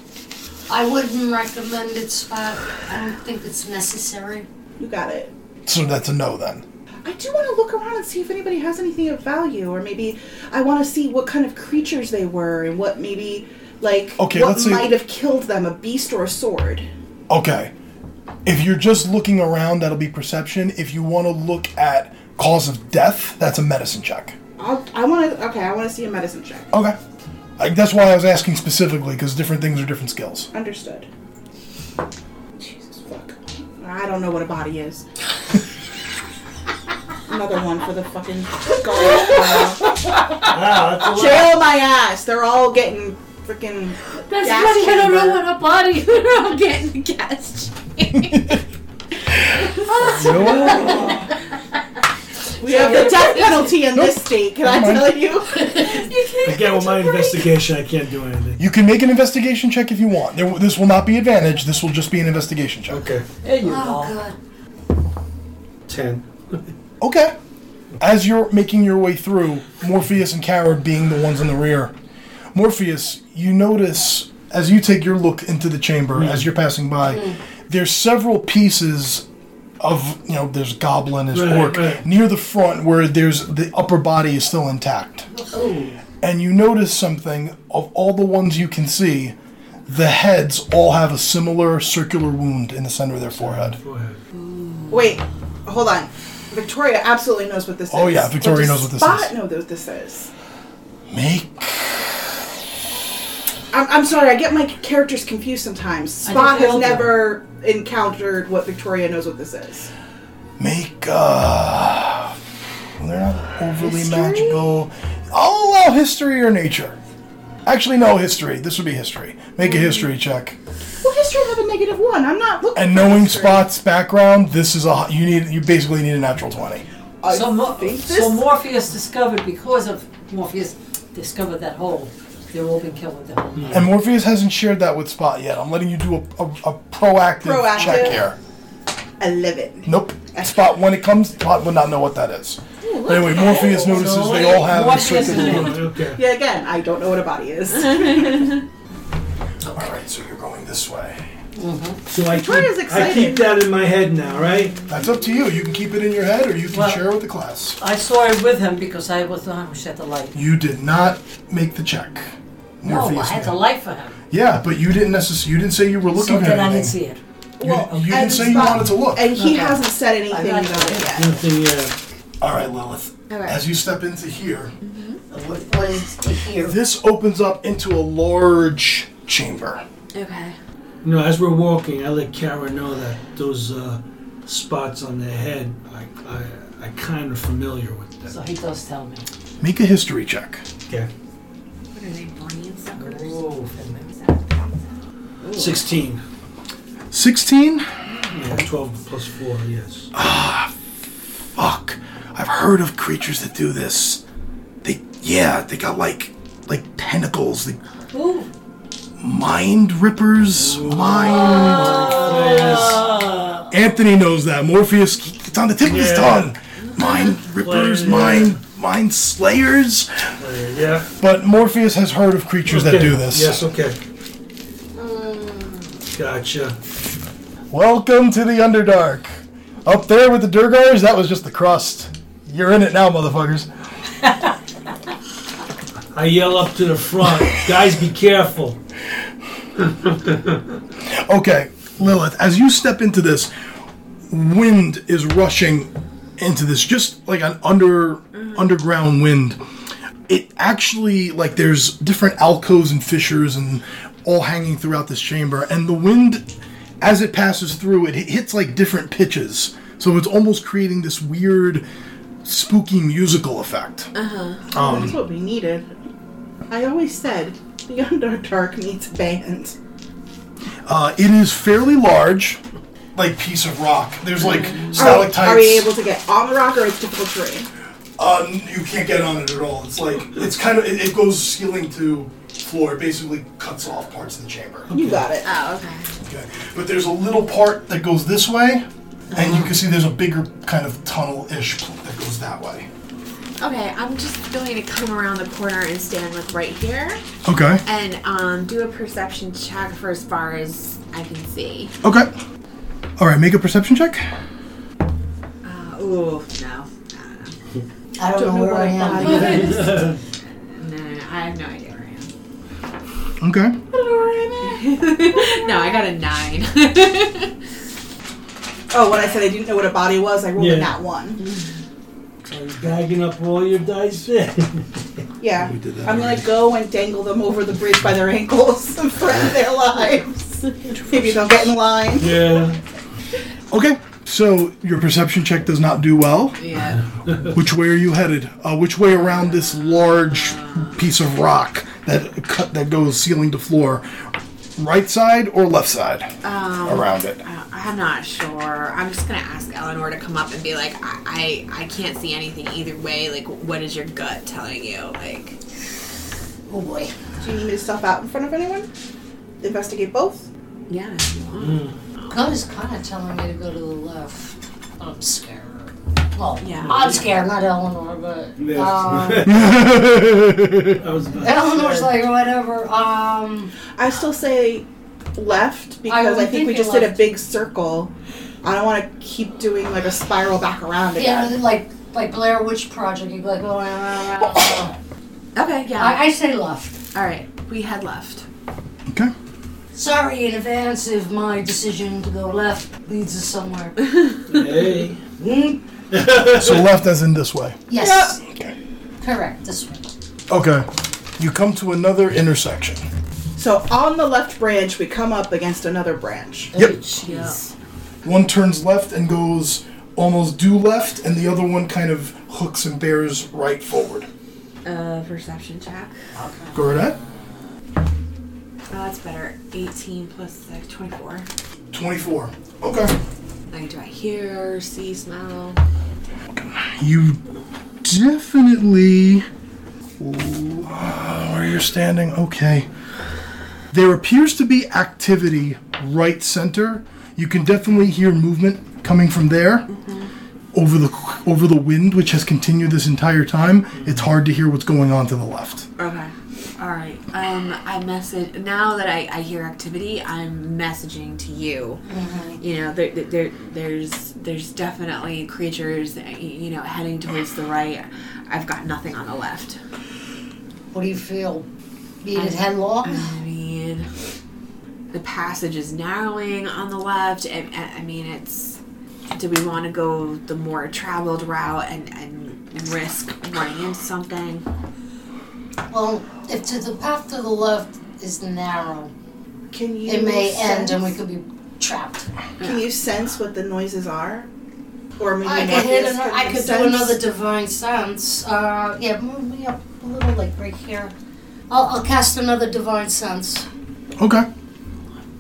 Speaker 4: I wouldn't recommend it, Spot. I don't think it's necessary.
Speaker 2: You got it.
Speaker 1: So that's a no then.
Speaker 2: I do want to look around and see if anybody has anything of value, or maybe I want to see what kind of creatures they were and what maybe like
Speaker 1: Okay,
Speaker 2: what
Speaker 1: let's see.
Speaker 2: might have killed them—a beast or a sword.
Speaker 1: Okay. If you're just looking around, that'll be perception. If you want to look at cause of death, that's a medicine check.
Speaker 2: I'll, I want to. Okay, I want to see a medicine check.
Speaker 1: Okay. I, that's why I was asking specifically because different things are different skills.
Speaker 2: Understood. Jesus fuck. I don't know what a body is. Another one for the fucking garbage pile.
Speaker 6: Wow, Ah, that's a lot.
Speaker 2: Jail my ass. They're all getting freaking.
Speaker 3: That's
Speaker 2: Gas funny, I don't know chamber. what
Speaker 3: a body they're all getting gas
Speaker 2: We have the death penalty in this state. Can I tell you?
Speaker 6: Again, with my investigation, I can't do anything.
Speaker 1: You can make an investigation check if you want. There, this will not be advantage. This will just be an investigation check.
Speaker 6: Okay.
Speaker 5: There you
Speaker 4: Oh,
Speaker 5: go.
Speaker 4: God.
Speaker 6: Ten.
Speaker 1: Okay. As you're making your way through, Morpheus and Kara being the ones in the rear, Morpheus, you notice
Speaker 6: Hmm.
Speaker 1: as you take your look into the chamber as you're passing by, there's several pieces of you know there's goblin there's
Speaker 6: Right,
Speaker 1: orc
Speaker 6: right.
Speaker 1: near the front where there's the upper body is still intact
Speaker 6: Oh.
Speaker 1: and you notice something of all the ones you can see the heads all have a similar circular wound in the center of their forehead
Speaker 6: Forehead.
Speaker 2: Wait, hold on. Victoria absolutely knows what this
Speaker 1: Oh,
Speaker 2: is.
Speaker 1: yeah, Victoria
Speaker 2: But does
Speaker 1: knows what this
Speaker 2: Spot
Speaker 1: is.
Speaker 2: know what this is.
Speaker 1: make
Speaker 2: I'm, I'm sorry, I get my characters confused sometimes. Spot has
Speaker 5: failed her.
Speaker 2: never encountered what Victoria knows what this is.
Speaker 1: make uh well, they're not overly
Speaker 2: History?
Speaker 1: magical i'll allow history or nature actually no history this would be history make a history check
Speaker 2: Well, history have a negative one. I'm not looking.
Speaker 1: and
Speaker 2: for
Speaker 1: knowing
Speaker 2: history.
Speaker 1: spots background this is a you need you basically need a natural 20
Speaker 2: I
Speaker 5: So, Mo-
Speaker 2: think
Speaker 5: so
Speaker 2: this-
Speaker 5: Morpheus discovered because of Morpheus discovered that hole. They've all been killed with the hole.
Speaker 1: and morpheus hasn't shared that with spot yet i'm letting you do a, a, a proactive,
Speaker 2: Proactive.
Speaker 1: check here
Speaker 2: eleven.
Speaker 1: nope spot when it comes spot would not know what that is anyway morpheus notices they all have a
Speaker 5: Morpheus is
Speaker 1: circular
Speaker 5: in it.
Speaker 1: wound
Speaker 6: Okay.
Speaker 2: Yeah, again, I don't know what a body is.
Speaker 1: all right so you're going this way
Speaker 6: So I keep,
Speaker 2: Victoria's
Speaker 6: I keep
Speaker 2: excited.
Speaker 6: that in my head now, right?
Speaker 1: That's up to you. You can keep it in your head or you can
Speaker 5: Well-
Speaker 1: share it with the class.
Speaker 5: I saw it with him because I was the one who set the light.
Speaker 1: You did not make the check.
Speaker 5: No, I
Speaker 1: Morpheus
Speaker 5: had
Speaker 1: did.
Speaker 5: the light for him.
Speaker 1: Yeah, but you didn't necessarily you didn't say you were looking
Speaker 5: So
Speaker 1: at
Speaker 5: then I
Speaker 1: anything.
Speaker 5: didn't see it.
Speaker 1: You, you
Speaker 2: and
Speaker 1: didn't say you
Speaker 2: Spot-
Speaker 1: wanted to look.
Speaker 2: And he
Speaker 5: Okay.
Speaker 2: hasn't said anything
Speaker 5: got
Speaker 2: about
Speaker 5: you.
Speaker 2: it yet.
Speaker 6: Nothing uh, yet.
Speaker 1: All right, Lilith.
Speaker 3: Okay.
Speaker 1: As you step into here,
Speaker 4: What is to hear?
Speaker 1: this opens up into a large chamber.
Speaker 3: Okay.
Speaker 6: You know, as we're walking, I let Kara know that those uh, spots on their head, I, I, I kind of familiar with
Speaker 5: So
Speaker 6: them.
Speaker 5: he does tell me.
Speaker 1: Make a history check.
Speaker 6: Okay.
Speaker 3: What are they, brain suckers?
Speaker 5: Oh, goodness.
Speaker 6: 16.
Speaker 1: 16?
Speaker 6: Yeah, 12 plus 4, yes.
Speaker 1: Fuck. I've heard of creatures that do this. They yeah, they got like like tentacles, the
Speaker 5: Ooh.
Speaker 1: mind rippers, mind
Speaker 6: Yes.
Speaker 1: Anthony knows that. Morpheus, it's on the tip of his
Speaker 6: Yeah.
Speaker 1: tongue. Mind rippers,
Speaker 6: Well, yeah.
Speaker 1: mind mind slayers.
Speaker 6: Yeah.
Speaker 1: But Morpheus has heard of creatures that
Speaker 6: Okay.
Speaker 1: do this.
Speaker 6: Yes, okay. Gotcha.
Speaker 1: Welcome to the Underdark. Up there with the Durgars, that was just the crust. You're in it now, motherfuckers.
Speaker 6: I yell up to the front, guys, be careful.
Speaker 1: Okay, Lilith, as you step into this, wind is rushing into this, just like an under underground wind. It actually like there's different alcoves and fissures and all hanging throughout this chamber, and the wind, as it passes through, it hits like different pitches, so it's almost creating this weird, spooky musical effect. Um,
Speaker 2: That's what we needed. I always said the Underdark needs a band.
Speaker 1: Uh, it is fairly large, like piece of rock. There's like
Speaker 2: Are,
Speaker 1: stalactites.
Speaker 2: are we able to get on the rock or it's difficult terrain?
Speaker 1: Um, you can't get on it at all. It's like it's kind of it, it goes ceiling to floor. It basically cuts off parts of the chamber.
Speaker 2: You got it.
Speaker 3: Oh, okay.
Speaker 1: Okay, but there's a little part that goes this way, and you can see there's a bigger kind of tunnel-ish pl- that goes that way.
Speaker 3: Okay, I'm just going to come around the corner and stand like right here
Speaker 1: Okay.
Speaker 3: and um, do a perception check for as far as I can see.
Speaker 1: Okay. All right. Make a perception check.
Speaker 3: Uh, ooh, no.
Speaker 4: I don't, know where I am.
Speaker 3: No, no, no, I have no idea where I am.
Speaker 1: Okay.
Speaker 3: no, I got a nine.
Speaker 2: Oh, when I said I didn't know what a body was, I rolled a
Speaker 6: Yeah.
Speaker 2: nat one.
Speaker 6: Are you bagging up all your dice there?
Speaker 2: Yeah.
Speaker 1: We did that
Speaker 2: I'm gonna go and dangle them over the bridge by their ankles and threaten their lives. Maybe they'll get in line.
Speaker 6: yeah.
Speaker 1: Okay. So your perception check does not do well.
Speaker 3: yeah.
Speaker 1: Which way are you headed? Uh, which way around this large piece of rock that cut that goes ceiling to floor? Right side or left side? around it.
Speaker 3: Uh, I'm not sure. I'm just gonna ask Eleanor to come up and be like, I, I, I can't see anything either way. Like, what is your gut telling you? Like,
Speaker 4: Oh boy.
Speaker 2: Do you need me to stuff out in front of anyone? Investigate both?
Speaker 3: yeah. if you want.
Speaker 4: God is kind of telling me to go to the left. I'm scared. Well,
Speaker 3: Yeah.
Speaker 4: I'm scared, not Eleanor, but um,
Speaker 6: I was about to
Speaker 4: Eleanor's
Speaker 6: say.
Speaker 4: like whatever. Um,
Speaker 2: I still say left
Speaker 4: I
Speaker 2: because I,
Speaker 4: would
Speaker 2: think we
Speaker 4: think
Speaker 2: just
Speaker 4: it
Speaker 2: did a
Speaker 4: left.
Speaker 2: big circle I don't want to keep doing like a spiral back around
Speaker 4: Yeah,
Speaker 2: again.
Speaker 4: like like Blair Witch Project. You go, go around, around, around.
Speaker 3: Okay, yeah.
Speaker 4: I, I say left.
Speaker 3: All right, we head left.
Speaker 1: Okay.
Speaker 4: Sorry in advance if my decision to go left leads us somewhere.
Speaker 6: hey.
Speaker 4: Mm,
Speaker 1: So left as in this way.
Speaker 4: yes. Correct. This way.
Speaker 1: Okay. You come to another intersection.
Speaker 2: So on the left branch, we come up against another branch.
Speaker 1: Yep.
Speaker 5: Oh, jeez.
Speaker 1: One turns left and goes almost due left, and the other one kind of hooks and bears right forward.
Speaker 3: Uh, perception check.
Speaker 1: Go right ahead.
Speaker 3: Oh, that's better. 18 plus 6, 24.
Speaker 1: 24. Okay.
Speaker 3: Like, do I hear, see, smell?
Speaker 1: You definitely. Ah, Where you're standing? Okay. There appears to be activity right center. You can definitely hear movement coming from there. Over the over the wind, which has continued this entire time, it's hard to hear what's going on to the left.
Speaker 3: Okay. All right. Um, I message now that I, I hear activity. I'm messaging to you. You know, there, there- there, there's there's definitely creatures. uh, y- You know, heading towards the right. I've got nothing on the left.
Speaker 4: What do you feel? Beat it headlong?
Speaker 3: I mean, the passage is narrowing on the left. I, I I mean, it's. Do we want to go the more traveled route and, and risk running into something?
Speaker 4: Well, if to the path to the left is narrow,
Speaker 2: Can you?
Speaker 4: it may
Speaker 2: sense,
Speaker 4: end and we could be trapped.
Speaker 2: Can you sense what the noises are? Or maybe
Speaker 4: I could
Speaker 2: Morpheus
Speaker 4: hit. An,
Speaker 2: can
Speaker 4: I could do
Speaker 2: sense?
Speaker 4: another divine sense. Uh, yeah, move me up a little, like right here. I'll, I'll cast another divine sense.
Speaker 1: Okay.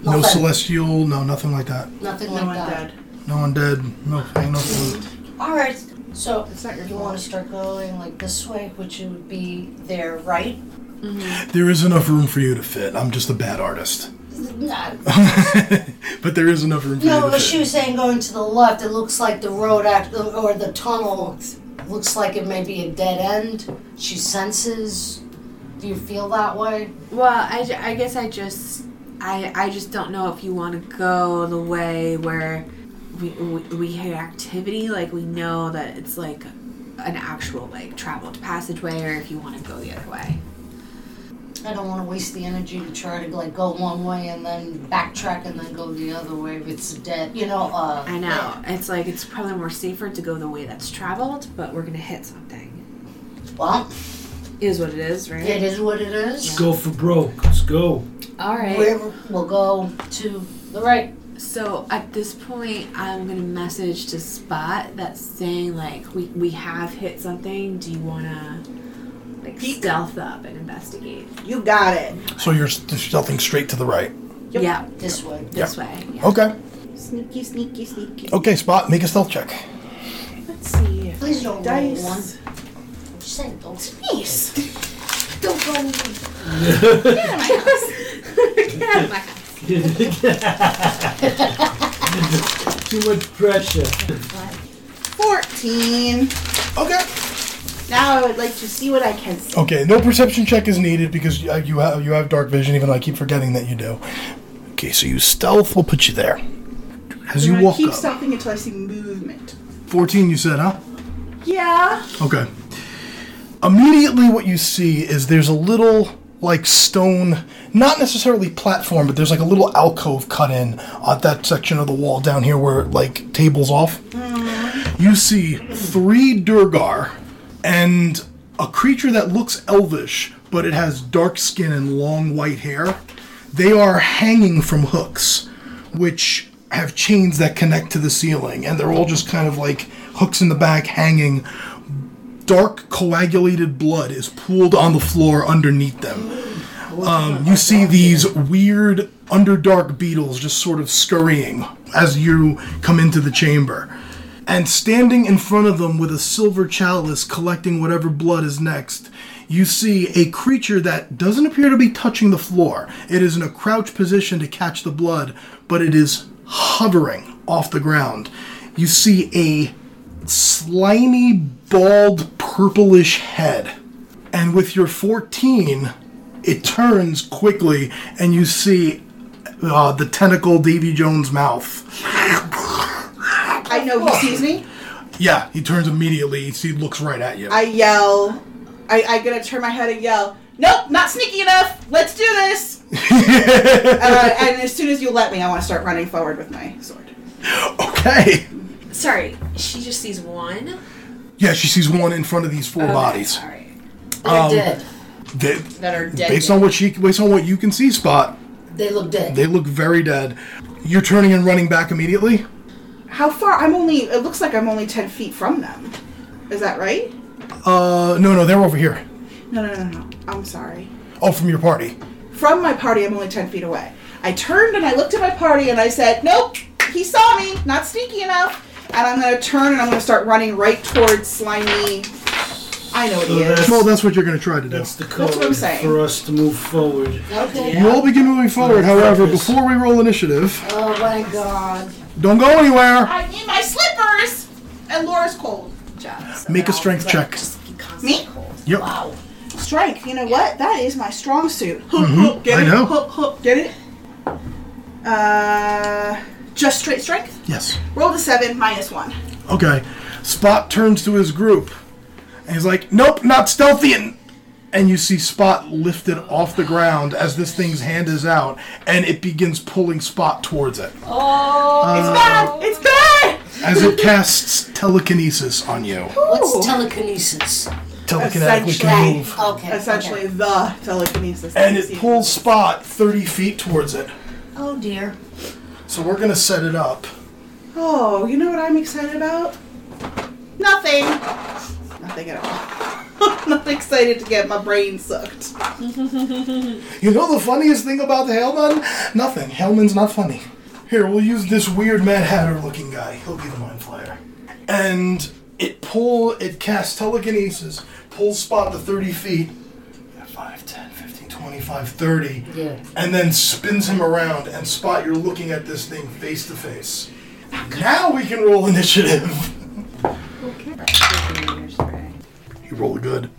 Speaker 1: No
Speaker 4: Nothing.
Speaker 1: celestial, no nothing like that.
Speaker 4: Nothing
Speaker 2: No
Speaker 4: like
Speaker 2: one
Speaker 4: that.
Speaker 2: dead.
Speaker 1: No undead, no thing, no food.
Speaker 4: All right. So
Speaker 2: It's not your
Speaker 4: you want to
Speaker 2: fault.
Speaker 4: start going like this way, which it would be there, right?
Speaker 1: There is enough room for you to fit. I'm just a bad artist.
Speaker 4: No,
Speaker 1: but there is enough room for
Speaker 4: no.
Speaker 1: you to
Speaker 4: But
Speaker 1: fit.
Speaker 4: she was saying going to the left. It looks like the road act or the tunnel looks like it may be a dead end. She senses. Do you feel that way?
Speaker 3: Well, I, ju- I guess I just I I just don't know if you want to go the way where we, we we hear activity like we know that it's like an actual like traveled passageway or if you want to go the other way.
Speaker 4: I don't want to waste the energy to try to like go one way and then backtrack and then go the other way if it's dead. You know. Uh,
Speaker 3: I know. It's like it's probably more safer to go the way that's traveled, but we're going to hit something.
Speaker 4: Well,
Speaker 3: Is what it is, right?
Speaker 4: it is what it is.
Speaker 6: Let's go for broke. Let's go.
Speaker 3: All right.
Speaker 4: We're, we'll go to the right.
Speaker 3: So at this point, I'm gonna message to Spot that's saying like we we have hit something. Do you wanna like stealth up and investigate?
Speaker 2: You got it.
Speaker 1: So you're stealthing straight to the right.
Speaker 2: Yep.
Speaker 3: Yeah,
Speaker 4: This way.
Speaker 3: this way.
Speaker 2: Oh.
Speaker 3: Yeah.
Speaker 1: Okay.
Speaker 2: Sneaky, sneaky, sneaky.
Speaker 1: Okay, Spot, make a stealth check.
Speaker 3: Let's see. if-
Speaker 4: Please don't roll one.
Speaker 2: Dice.
Speaker 4: I'm just saying, don't
Speaker 2: Nice.
Speaker 4: don't roll one.
Speaker 3: Get out of my house. Get out of my house.
Speaker 6: Too much pressure.
Speaker 2: Fourteen.
Speaker 1: Okay.
Speaker 2: Now I would like to see what I can see.
Speaker 1: Okay, no perception check is needed because you you have you have dark vision, even though I keep forgetting that you do. Okay, so you stealth. We'll put you there. As
Speaker 2: I'm
Speaker 1: you
Speaker 2: gonna
Speaker 1: walk
Speaker 2: keep
Speaker 1: up,
Speaker 2: stopping until I see movement.
Speaker 1: fourteen. You said, huh?
Speaker 2: Yeah.
Speaker 1: Okay. Immediately, what you see is there's a little like stone, not necessarily platform, but there's like a little alcove cut in at that section of the wall down here where it like tables off. You see three Durgar and a creature that looks elvish, but it has dark skin and long white hair. They are hanging from hooks, which have chains that connect to the ceiling, and they're all just kind of like hooks in the back hanging dark coagulated blood is pooled on the floor underneath them. Um, you see these weird underdark beetles just sort of scurrying as you come into the chamber. And standing in front of them with a silver chalice collecting whatever blood is next, you see a creature that doesn't appear to be touching the floor. It is in a crouch position to catch the blood, but it is hovering off the ground. You see a slimy, bald, purplish head. And with your 14, it turns quickly, and you see uh, the tentacle Davy Jones' mouth
Speaker 2: I know he sees me.
Speaker 1: Yeah, he turns immediately. He looks right at you.
Speaker 2: I yell. I, I gotta turn my head and yell. Nope, not sneaky enough. Let's do this. uh, and as soon as you let me, I want to start running forward with my sword.
Speaker 1: okay.
Speaker 3: Sorry, she just sees one.
Speaker 1: Yeah, she sees one in front of these four bodies.
Speaker 3: All right.
Speaker 5: They're dead.
Speaker 1: They,
Speaker 5: Um, That are dead.
Speaker 1: based on what she, based on what you can see, Spot,
Speaker 5: they look dead.
Speaker 1: they look very dead. You're turning and running back immediately.
Speaker 2: How far? I'm only. It looks like I'm only ten feet from them. Is that right?
Speaker 1: Uh, no, no, they're over here.
Speaker 2: No, no, no, no. I'm sorry.
Speaker 1: Oh, from your party.
Speaker 2: From my party, I'm only ten feet away. I turned and I looked at my party and I said, "Nope, he saw me. Not sneaky enough." And I'm gonna turn and I'm gonna start running right towards slimy. I know what he is.
Speaker 1: Well, that's what you're going to try to do.
Speaker 6: That's the code
Speaker 2: what I'm saying.
Speaker 6: for us to move forward.
Speaker 4: Okay.
Speaker 1: You all begin moving forward. However,
Speaker 6: Focus.
Speaker 1: before we roll initiative,
Speaker 4: Oh my god.
Speaker 1: don't go anywhere.
Speaker 2: I need my slippers. And Laura's cold.
Speaker 3: Jobs.
Speaker 1: Make a strength check.
Speaker 2: Me?
Speaker 1: Yep.
Speaker 2: Strength. You know what? That is my strong suit. Get
Speaker 1: Mm-hmm. I
Speaker 2: it?
Speaker 1: know.
Speaker 2: Get it? Uh, just straight strength.
Speaker 1: Yes.
Speaker 2: Roll the seven minus one.
Speaker 1: Okay. Spot turns to his group. And he's like, Nope, not stealthy. And, and you see Spot lifted off the ground as this thing's hand is out, and it begins pulling Spot towards it.
Speaker 2: it's
Speaker 1: Uh,
Speaker 2: bad. It's bad.
Speaker 1: As it casts telekinesis on you.
Speaker 2: Ooh.
Speaker 4: What's telekinesis?
Speaker 1: Telekinetically can
Speaker 2: Essentially.
Speaker 1: move.
Speaker 4: Okay.
Speaker 2: Essentially,
Speaker 4: okay.
Speaker 2: the telekinesis.
Speaker 1: And it pulls Spot 30 feet towards it.
Speaker 4: Oh dear.
Speaker 1: So we're going to set it up.
Speaker 2: Oh, you know what I'm excited about? Nothing. Nothing at all. I'm not excited to get my brain sucked.
Speaker 1: You know the funniest thing about the Hellman? Nothing. Hellman's not funny. Here, we'll use this weird Mad Hatter looking guy. He'll be the mind flyer. And it pull it casts telekinesis, pulls spot to 30 feet. Yeah, 5, 10, 15, 25, 30.
Speaker 5: Yeah.
Speaker 1: And then spins him around and spot you're looking at this thing face to face. Now we can roll initiative. You roll good.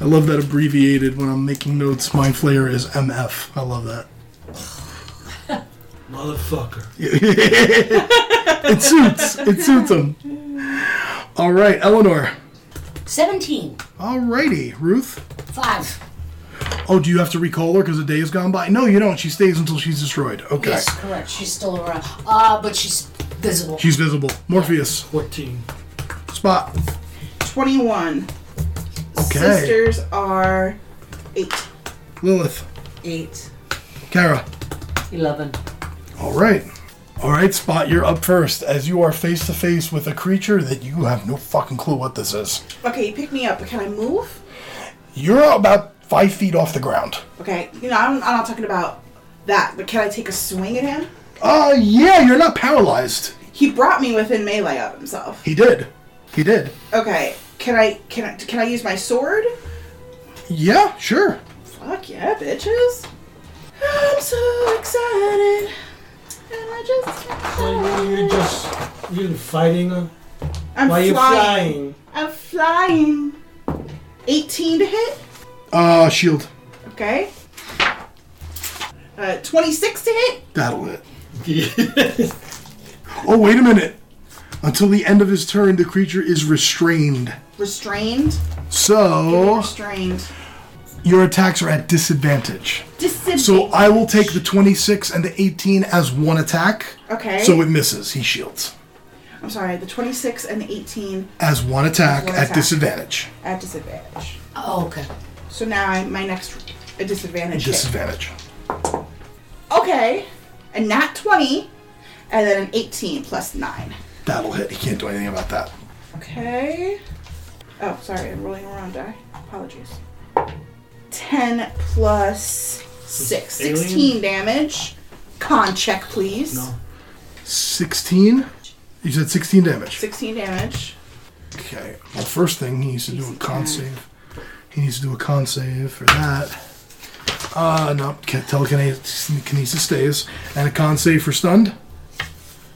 Speaker 1: I love that abbreviated when I'm making notes. Mind Flayer is MF. I love that.
Speaker 6: Motherfucker.
Speaker 1: It suits. It suits him. All right, Eleanor.
Speaker 4: 17.
Speaker 1: Alrighty, Ruth.
Speaker 4: 5.
Speaker 1: Oh, do you have to recall her because a day has gone by? No, you don't. She stays until she's destroyed. Okay.
Speaker 4: Yes, correct. She's still around. Uh, but she's visible.
Speaker 1: She's visible. Morpheus.
Speaker 6: 14.
Speaker 1: Spot.
Speaker 2: 21.
Speaker 1: Okay.
Speaker 2: Sisters are eight.
Speaker 1: Lilith.
Speaker 3: Eight.
Speaker 1: Kara.
Speaker 5: 11.
Speaker 1: All right. All right, Spot, you're up first as you are face to face with a creature that you have no fucking clue what this is.
Speaker 2: Okay, you pick me up, but can I move?
Speaker 1: You're about five feet off the ground.
Speaker 2: Okay, you know, I'm, I'm not talking about that, but can I take a swing at him?
Speaker 1: Uh, yeah, you're not paralyzed.
Speaker 2: He brought me within melee of himself.
Speaker 1: He did. He did.
Speaker 2: Okay, can I can I can I use my sword?
Speaker 1: Yeah, sure.
Speaker 2: Fuck yeah, bitches! I'm so excited, and I just can't stop.
Speaker 6: You're just. You're fighting her?
Speaker 2: I'm
Speaker 6: Why are you
Speaker 2: flying.
Speaker 6: flying?
Speaker 2: I'm flying. 18 to hit.
Speaker 1: Uh, shield.
Speaker 2: Okay. Uh, 26 to hit.
Speaker 1: That'll it. Oh, wait a minute. Until the end of his turn, the creature is restrained.
Speaker 2: Restrained.
Speaker 1: So,
Speaker 2: Restrained.
Speaker 1: your attacks are at disadvantage.
Speaker 2: Disadvantage.
Speaker 1: So, I will take the 26 and the 18 as one attack.
Speaker 2: okay.
Speaker 1: So, it misses. He shields.
Speaker 2: I'm sorry, the 26 and the 18
Speaker 1: As one attack
Speaker 2: One
Speaker 1: at
Speaker 2: attack.
Speaker 1: disadvantage.
Speaker 2: at disadvantage.
Speaker 4: Oh, okay.
Speaker 2: So now I, my next a disadvantage. hit.
Speaker 1: Disadvantage.
Speaker 2: Okay, a nat 20, and then an 18 plus 9.
Speaker 1: That'll hit. He can't do anything about that.
Speaker 2: Okay. Oh, sorry, I'm rolling around die. Apologies. 10 plus 6.
Speaker 6: Alien?
Speaker 2: 16 damage. Con check, please.
Speaker 6: No.
Speaker 1: 16? You said 16 damage.
Speaker 2: 16 damage.
Speaker 1: Okay. Well, first thing, he needs to do a con save. He needs to do a con save for that. Uh, no, ca- telekinesis kinesis stays. And a con save for stunned?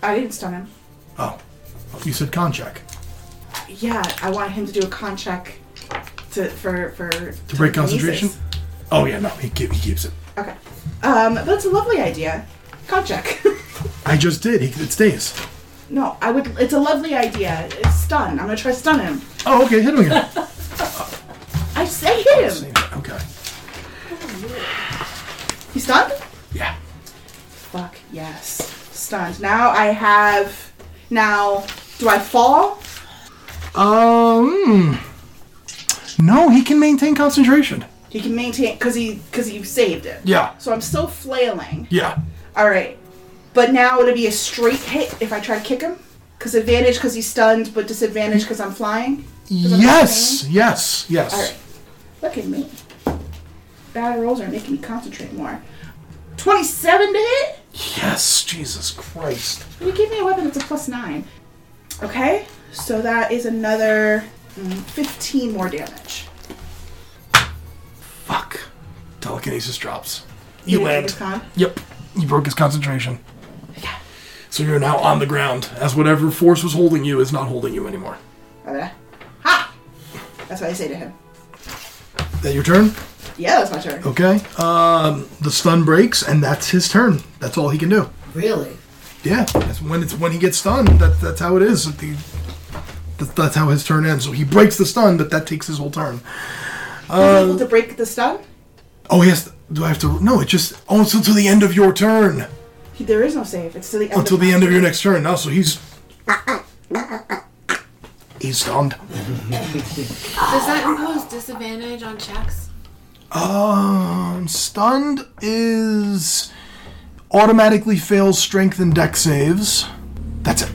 Speaker 2: I didn't stun him.
Speaker 1: Oh, you said con check.
Speaker 2: Yeah, I want him to do a con check to, for, for.
Speaker 1: To break concentration? Oh, yeah, no, he, keep, he keeps it.
Speaker 2: Okay. Um, that's a lovely idea. Con check.
Speaker 1: I just did. He, it stays.
Speaker 2: No, I would. It's a lovely idea. It's stun. I'm gonna try stun him.
Speaker 1: Oh, okay, hit him again.
Speaker 2: I say hit him.
Speaker 1: Okay.
Speaker 2: He's stunned.
Speaker 1: Yeah.
Speaker 2: Fuck yes, stunned. Now I have. Now do I fall?
Speaker 1: Um. hmm. No, he can maintain concentration.
Speaker 2: He can maintain because he because he saved it.
Speaker 1: Yeah.
Speaker 2: So I'm still flailing.
Speaker 1: Yeah.
Speaker 2: All right, but now it'll be a straight hit if I try to kick him. Because advantage because he's stunned, but disadvantage because I'm flying.
Speaker 1: Yes. Yes. Yes.
Speaker 2: All right, look at me. Bad rolls are making me concentrate more. Twenty-seven to hit.
Speaker 1: Yes. Jesus Christ.
Speaker 2: You gave me a weapon that's a plus nine. Okay, so that is another mm, 15 more damage.
Speaker 1: Fuck. Telekinesis drops. You
Speaker 2: Hit it
Speaker 1: land.
Speaker 2: with con.
Speaker 1: Yep. You broke his concentration. So you're now on the ground, as whatever force was holding you is not holding you anymore.
Speaker 2: Blah, blah. Ha! That's what I say to him.
Speaker 1: That your turn?
Speaker 2: Yeah, that's my turn.
Speaker 1: Okay. Um, the stun breaks, and that's his turn. That's all he can do.
Speaker 5: Really?
Speaker 1: Yeah. That's when it's when he gets stunned. That, that's how it is. The, that, that's how his turn ends. So he breaks the stun, but that takes his whole turn.
Speaker 2: He's
Speaker 1: Uh,
Speaker 2: able to break the stun?
Speaker 1: Oh yes. Do I have to? No. It just oh, it's until the end of your turn.
Speaker 2: He- There is no save. It's to the end.
Speaker 1: Until the end of your next turn. No. So he's he's stunned.
Speaker 3: Does that impose disadvantage on checks?
Speaker 1: Um, stunned is automatically fails strength and deck saves. That's it.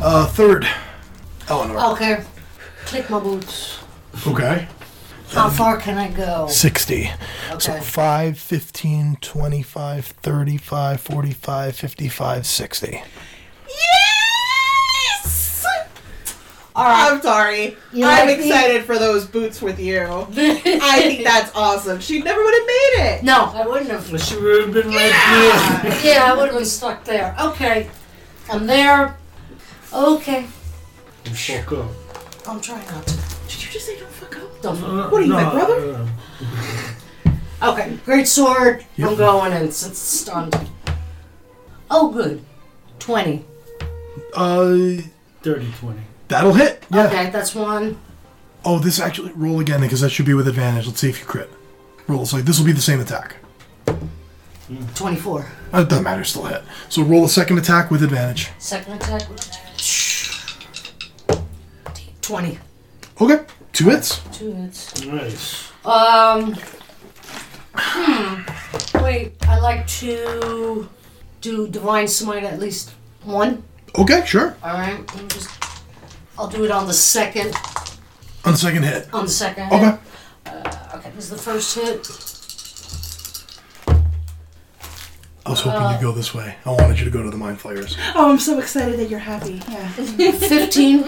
Speaker 1: Uh, third, Eleanor.
Speaker 4: Okay. Kick my boots.
Speaker 1: Okay.
Speaker 4: How far can I go?
Speaker 1: 60. So
Speaker 4: Okay.
Speaker 1: 5, 15, 25, 35, 45, 55, 60.
Speaker 2: Yes!
Speaker 4: All right.
Speaker 2: I'm sorry.
Speaker 4: You
Speaker 2: I'm
Speaker 4: like me?
Speaker 2: excited for those boots with you. I think that's awesome. She never would have made it.
Speaker 4: No, I wouldn't have.
Speaker 6: She would have been right here.
Speaker 4: Yeah, I would have been stuck there. Okay. I'm there. Okay.
Speaker 6: Fuck up.
Speaker 4: I'm trying not to.
Speaker 2: Did you just say don't fuck up?
Speaker 4: Don't.
Speaker 6: Uh,
Speaker 2: What are you, my brother?
Speaker 4: Okay, great sword.
Speaker 1: Yep.
Speaker 4: I'm going and it's it's stunned. Oh, good. 20.
Speaker 1: Uh,
Speaker 6: 30, 20.
Speaker 1: that'll hit. Yeah.
Speaker 4: Okay, that's one.
Speaker 1: Oh, this actually, roll again because that should be with advantage. Let's see if you crit. Roll, so this will be the same attack.
Speaker 4: 24.
Speaker 1: Uh, It doesn't matter, still hit. So roll a second attack with advantage.
Speaker 4: Second attack. 20.
Speaker 1: Okay, two hits.
Speaker 4: Two hits.
Speaker 6: Nice.
Speaker 4: Um. Hmm. Wait, I like to do divine smite at least one.
Speaker 1: Okay, sure.
Speaker 4: All right. I'm just. I'll do it on the second.
Speaker 1: On the second hit.
Speaker 4: On the second.
Speaker 1: Okay.
Speaker 4: Okay. This is the first hit.
Speaker 1: I was hoping you'd go this way. I wanted you to go to the mine flayers.
Speaker 2: Oh, I'm so excited that you're happy. Yeah.
Speaker 4: Fifteen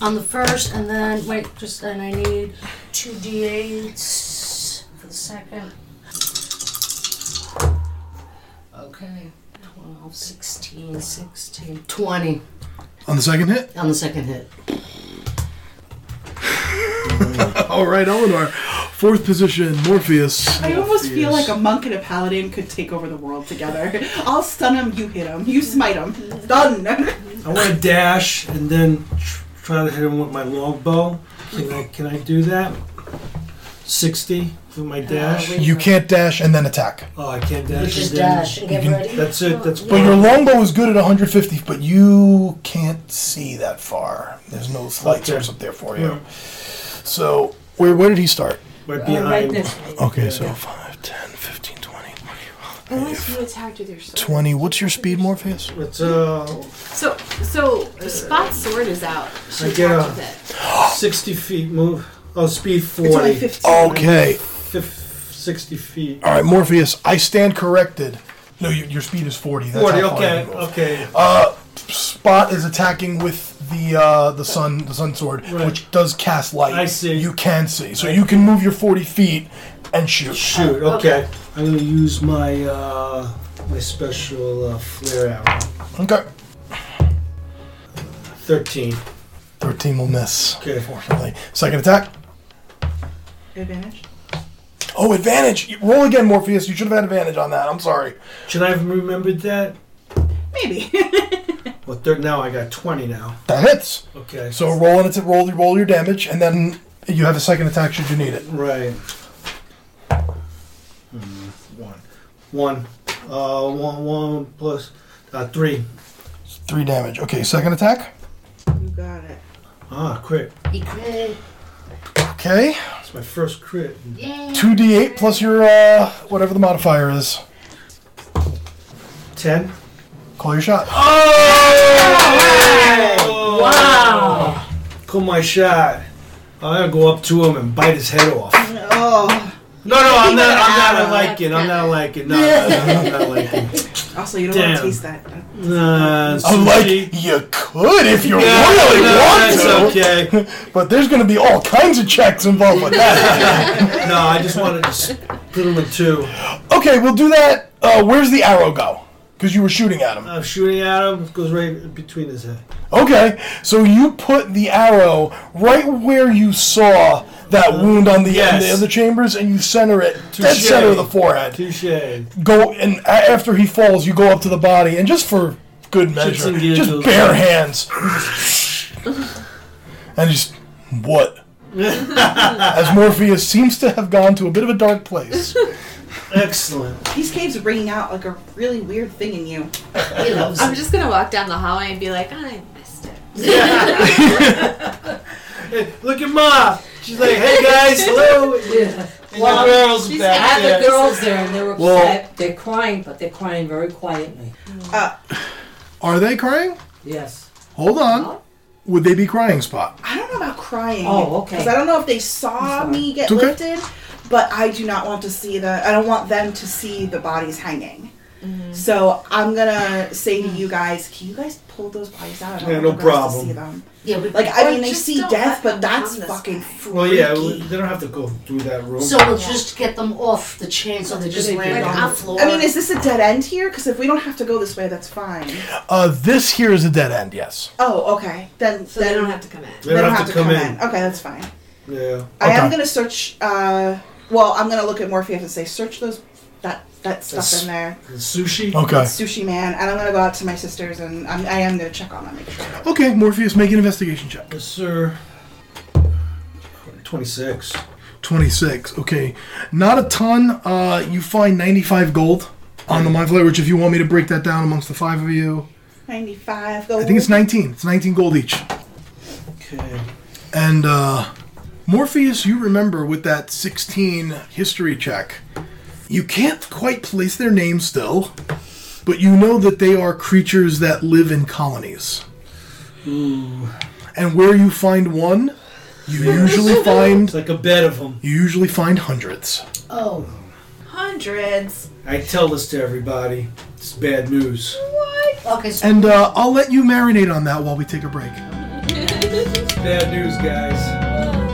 Speaker 4: on the first, and then wait. Just then, I need two d8s for the second. Okay. 12, 16, 16, 20
Speaker 1: On the second hit?
Speaker 4: on the second hit.
Speaker 1: All right, Eleanor. Fourth position, Morpheus.
Speaker 2: I almost feel
Speaker 6: Yes.
Speaker 2: like a monk and a paladin could take over the world together. I'll stun him, you hit him, you smite him. Done.
Speaker 6: I want to dash and then tr- try to hit him with my longbow. Can I, can I do that? 60 for my dash.
Speaker 1: You can't dash and then attack.
Speaker 6: Oh, I can't
Speaker 4: You
Speaker 6: dash.
Speaker 4: just
Speaker 6: and then-
Speaker 4: dash and get
Speaker 1: You can-
Speaker 4: ready.
Speaker 6: That's it. That's
Speaker 1: But your longbow is good at 150, but you can't see that far. There's no light source up there for you. So, where, where did he start?
Speaker 6: right
Speaker 5: Uh, right
Speaker 6: behind.
Speaker 5: this.
Speaker 1: Okay, so 5, 10, 15, 20,
Speaker 3: Unless you attacked with your sword.
Speaker 1: 20. What's your speed, Morpheus?
Speaker 6: It's uh,
Speaker 3: So, so Spot's sword is out. She
Speaker 6: I get
Speaker 3: attacked
Speaker 6: a-
Speaker 3: with it.
Speaker 6: 60 feet move. Oh, speed 40.
Speaker 2: It's only 15.
Speaker 1: Oh. Okay.
Speaker 6: Fif- 60 feet.
Speaker 1: All right, Morpheus, I stand corrected. No, your, your speed is 40. That's
Speaker 6: 40,
Speaker 1: how far
Speaker 6: okay,
Speaker 1: you move.
Speaker 6: okay.
Speaker 1: Spot is attacking with the uh, the sun the sun sword,
Speaker 6: Right.
Speaker 1: which does cast light.
Speaker 6: I see.
Speaker 1: You can see, so you can move your forty feet and shoot.
Speaker 6: Shoot, Oh, okay. I'm gonna use my uh, my special uh, flare arrow.
Speaker 1: Okay.
Speaker 6: 13.
Speaker 1: Thirteen will miss.
Speaker 6: Okay.
Speaker 1: Unfortunately, second attack.
Speaker 2: Advantage.
Speaker 1: Oh, advantage! You- Roll again, Morpheus. You should have had advantage on that. I'm sorry.
Speaker 6: Should I have remembered that?
Speaker 2: Maybe.
Speaker 6: Well, thir- now I got 20 now.
Speaker 1: That hits.
Speaker 6: Okay.
Speaker 1: So roll and it's roll roll your damage, and then you have a second attack should you need it.
Speaker 6: Right. Hmm, One. One. Uh, one, one plus uh, three.
Speaker 1: Three damage. Okay, second attack.
Speaker 2: You got it.
Speaker 6: Ah, crit.
Speaker 4: He crit.
Speaker 1: Okay,
Speaker 6: That's my first crit.
Speaker 4: Yay.
Speaker 1: two d8 plus your uh, whatever the modifier is.
Speaker 6: Ten.
Speaker 1: Call your shot.
Speaker 3: Wow.
Speaker 6: Call Oh! my shot. I'm gonna go up to him and bite his head off.
Speaker 2: Oh.
Speaker 6: No, no, I'm not. I'm not a liking. I'm not a liking. No, no, no, I'm not a liking.
Speaker 2: Also, you don't want
Speaker 6: Damn.
Speaker 2: to taste that. Uh,
Speaker 6: Nah,
Speaker 1: I'm like,
Speaker 6: sushi.
Speaker 1: you could if you
Speaker 6: Yeah,
Speaker 1: really
Speaker 6: no,
Speaker 1: want
Speaker 6: that's
Speaker 1: to.
Speaker 6: okay.
Speaker 1: But there's going to be all kinds of checks involved with that.
Speaker 6: No, I just wanted to split him in two.
Speaker 1: okay, we'll do that. Uh, where's the arrow go? Because you were shooting at him.
Speaker 6: I'm Uh, shooting at him. Goes right between his head.
Speaker 1: Okay, so you put the arrow right where you saw that wound on the end
Speaker 6: Uh-huh. yes.
Speaker 1: of the chambers, and you center it dead
Speaker 6: Touche.
Speaker 1: center of the forehead.
Speaker 6: Touche.
Speaker 1: Go and a- after he falls, you go up to the body, and just for good measure,
Speaker 6: and giggles.
Speaker 1: just bare hands, and just what? As Morpheus seems to have gone to a bit of a dark place.
Speaker 6: Excellent.
Speaker 2: These caves are bringing out like a really weird thing in you.
Speaker 4: He loves
Speaker 3: I'm
Speaker 4: it.
Speaker 3: just gonna walk down the hallway and be like, I missed it.
Speaker 6: Hey, look at Ma. She's like, hey guys, hello.
Speaker 5: Yeah.
Speaker 6: And the girl's
Speaker 3: she's
Speaker 5: I
Speaker 6: back
Speaker 5: had
Speaker 6: there.
Speaker 5: the girls there and they were
Speaker 1: Well-
Speaker 5: upset. They're crying, but they're crying very quietly.
Speaker 1: Are they crying?
Speaker 5: Yes.
Speaker 1: Hold on. Would they be crying, Spot?
Speaker 2: I don't know about crying.
Speaker 5: Oh, okay.
Speaker 2: Because I don't know if they saw
Speaker 5: sorry.
Speaker 2: me get
Speaker 1: It's okay.
Speaker 2: lifted, but I do not want to see the. I don't want them to see the bodies hanging.
Speaker 3: Mm-hmm.
Speaker 2: So I'm gonna say to you guys, can you guys pull those bodies out? I don't
Speaker 6: Yeah, no
Speaker 2: want the rest
Speaker 6: problem.
Speaker 2: To see them.
Speaker 4: Yeah, we,
Speaker 2: Like I
Speaker 3: Or
Speaker 2: mean, they
Speaker 3: just
Speaker 2: see
Speaker 3: don't
Speaker 2: death,
Speaker 3: let
Speaker 2: but
Speaker 3: them
Speaker 2: that's
Speaker 3: come this
Speaker 2: fucking
Speaker 3: way.
Speaker 2: freaky.
Speaker 6: Well, yeah, we- they don't have to go through that room.
Speaker 4: so we'll just get them off the chain so they just
Speaker 5: Like,
Speaker 4: land on
Speaker 3: I'm-
Speaker 4: the floor.
Speaker 2: I mean, is this a dead end here? Because if we don't have to go this way, that's fine.
Speaker 1: Uh, this here is a dead end. Yes.
Speaker 2: Oh, okay. Then
Speaker 3: So
Speaker 2: then
Speaker 3: they don't have to come in.
Speaker 6: they don't have to come in.
Speaker 2: Okay, that's fine.
Speaker 6: Yeah.
Speaker 2: I am
Speaker 1: Okay.
Speaker 2: gonna search. Uh, well, I'm gonna look at Morpheus and say, search those that that stuff
Speaker 6: That's-
Speaker 2: in there.
Speaker 6: And sushi.
Speaker 1: Okay.
Speaker 2: Sushi man, and I'm gonna go out to my sisters and I'm, I am gonna check on them, make sure.
Speaker 1: Okay, Morpheus, make an investigation check.
Speaker 6: Yes, sir. 26.
Speaker 1: 26. Okay. Not a ton. Uh, you find 95 gold on the mind flayer, which if you want me to break that down amongst the five of you,
Speaker 2: 95 gold.
Speaker 1: I think it's 19. It's 19 gold each.
Speaker 6: Okay.
Speaker 1: And uh, Morpheus, you remember with that 16 history check, you can't quite place their name still, but you know that they are creatures that live in colonies. And where you find one, you usually
Speaker 6: It's
Speaker 1: find
Speaker 6: like a bed of them.
Speaker 1: you usually find hundreds.
Speaker 4: oh,
Speaker 3: Hundreds.
Speaker 6: I tell this to everybody. It's bad news.
Speaker 4: okay. So
Speaker 1: And uh, I'll let you marinate on that while we take a break.
Speaker 6: It's bad news, guys.
Speaker 3: Oh.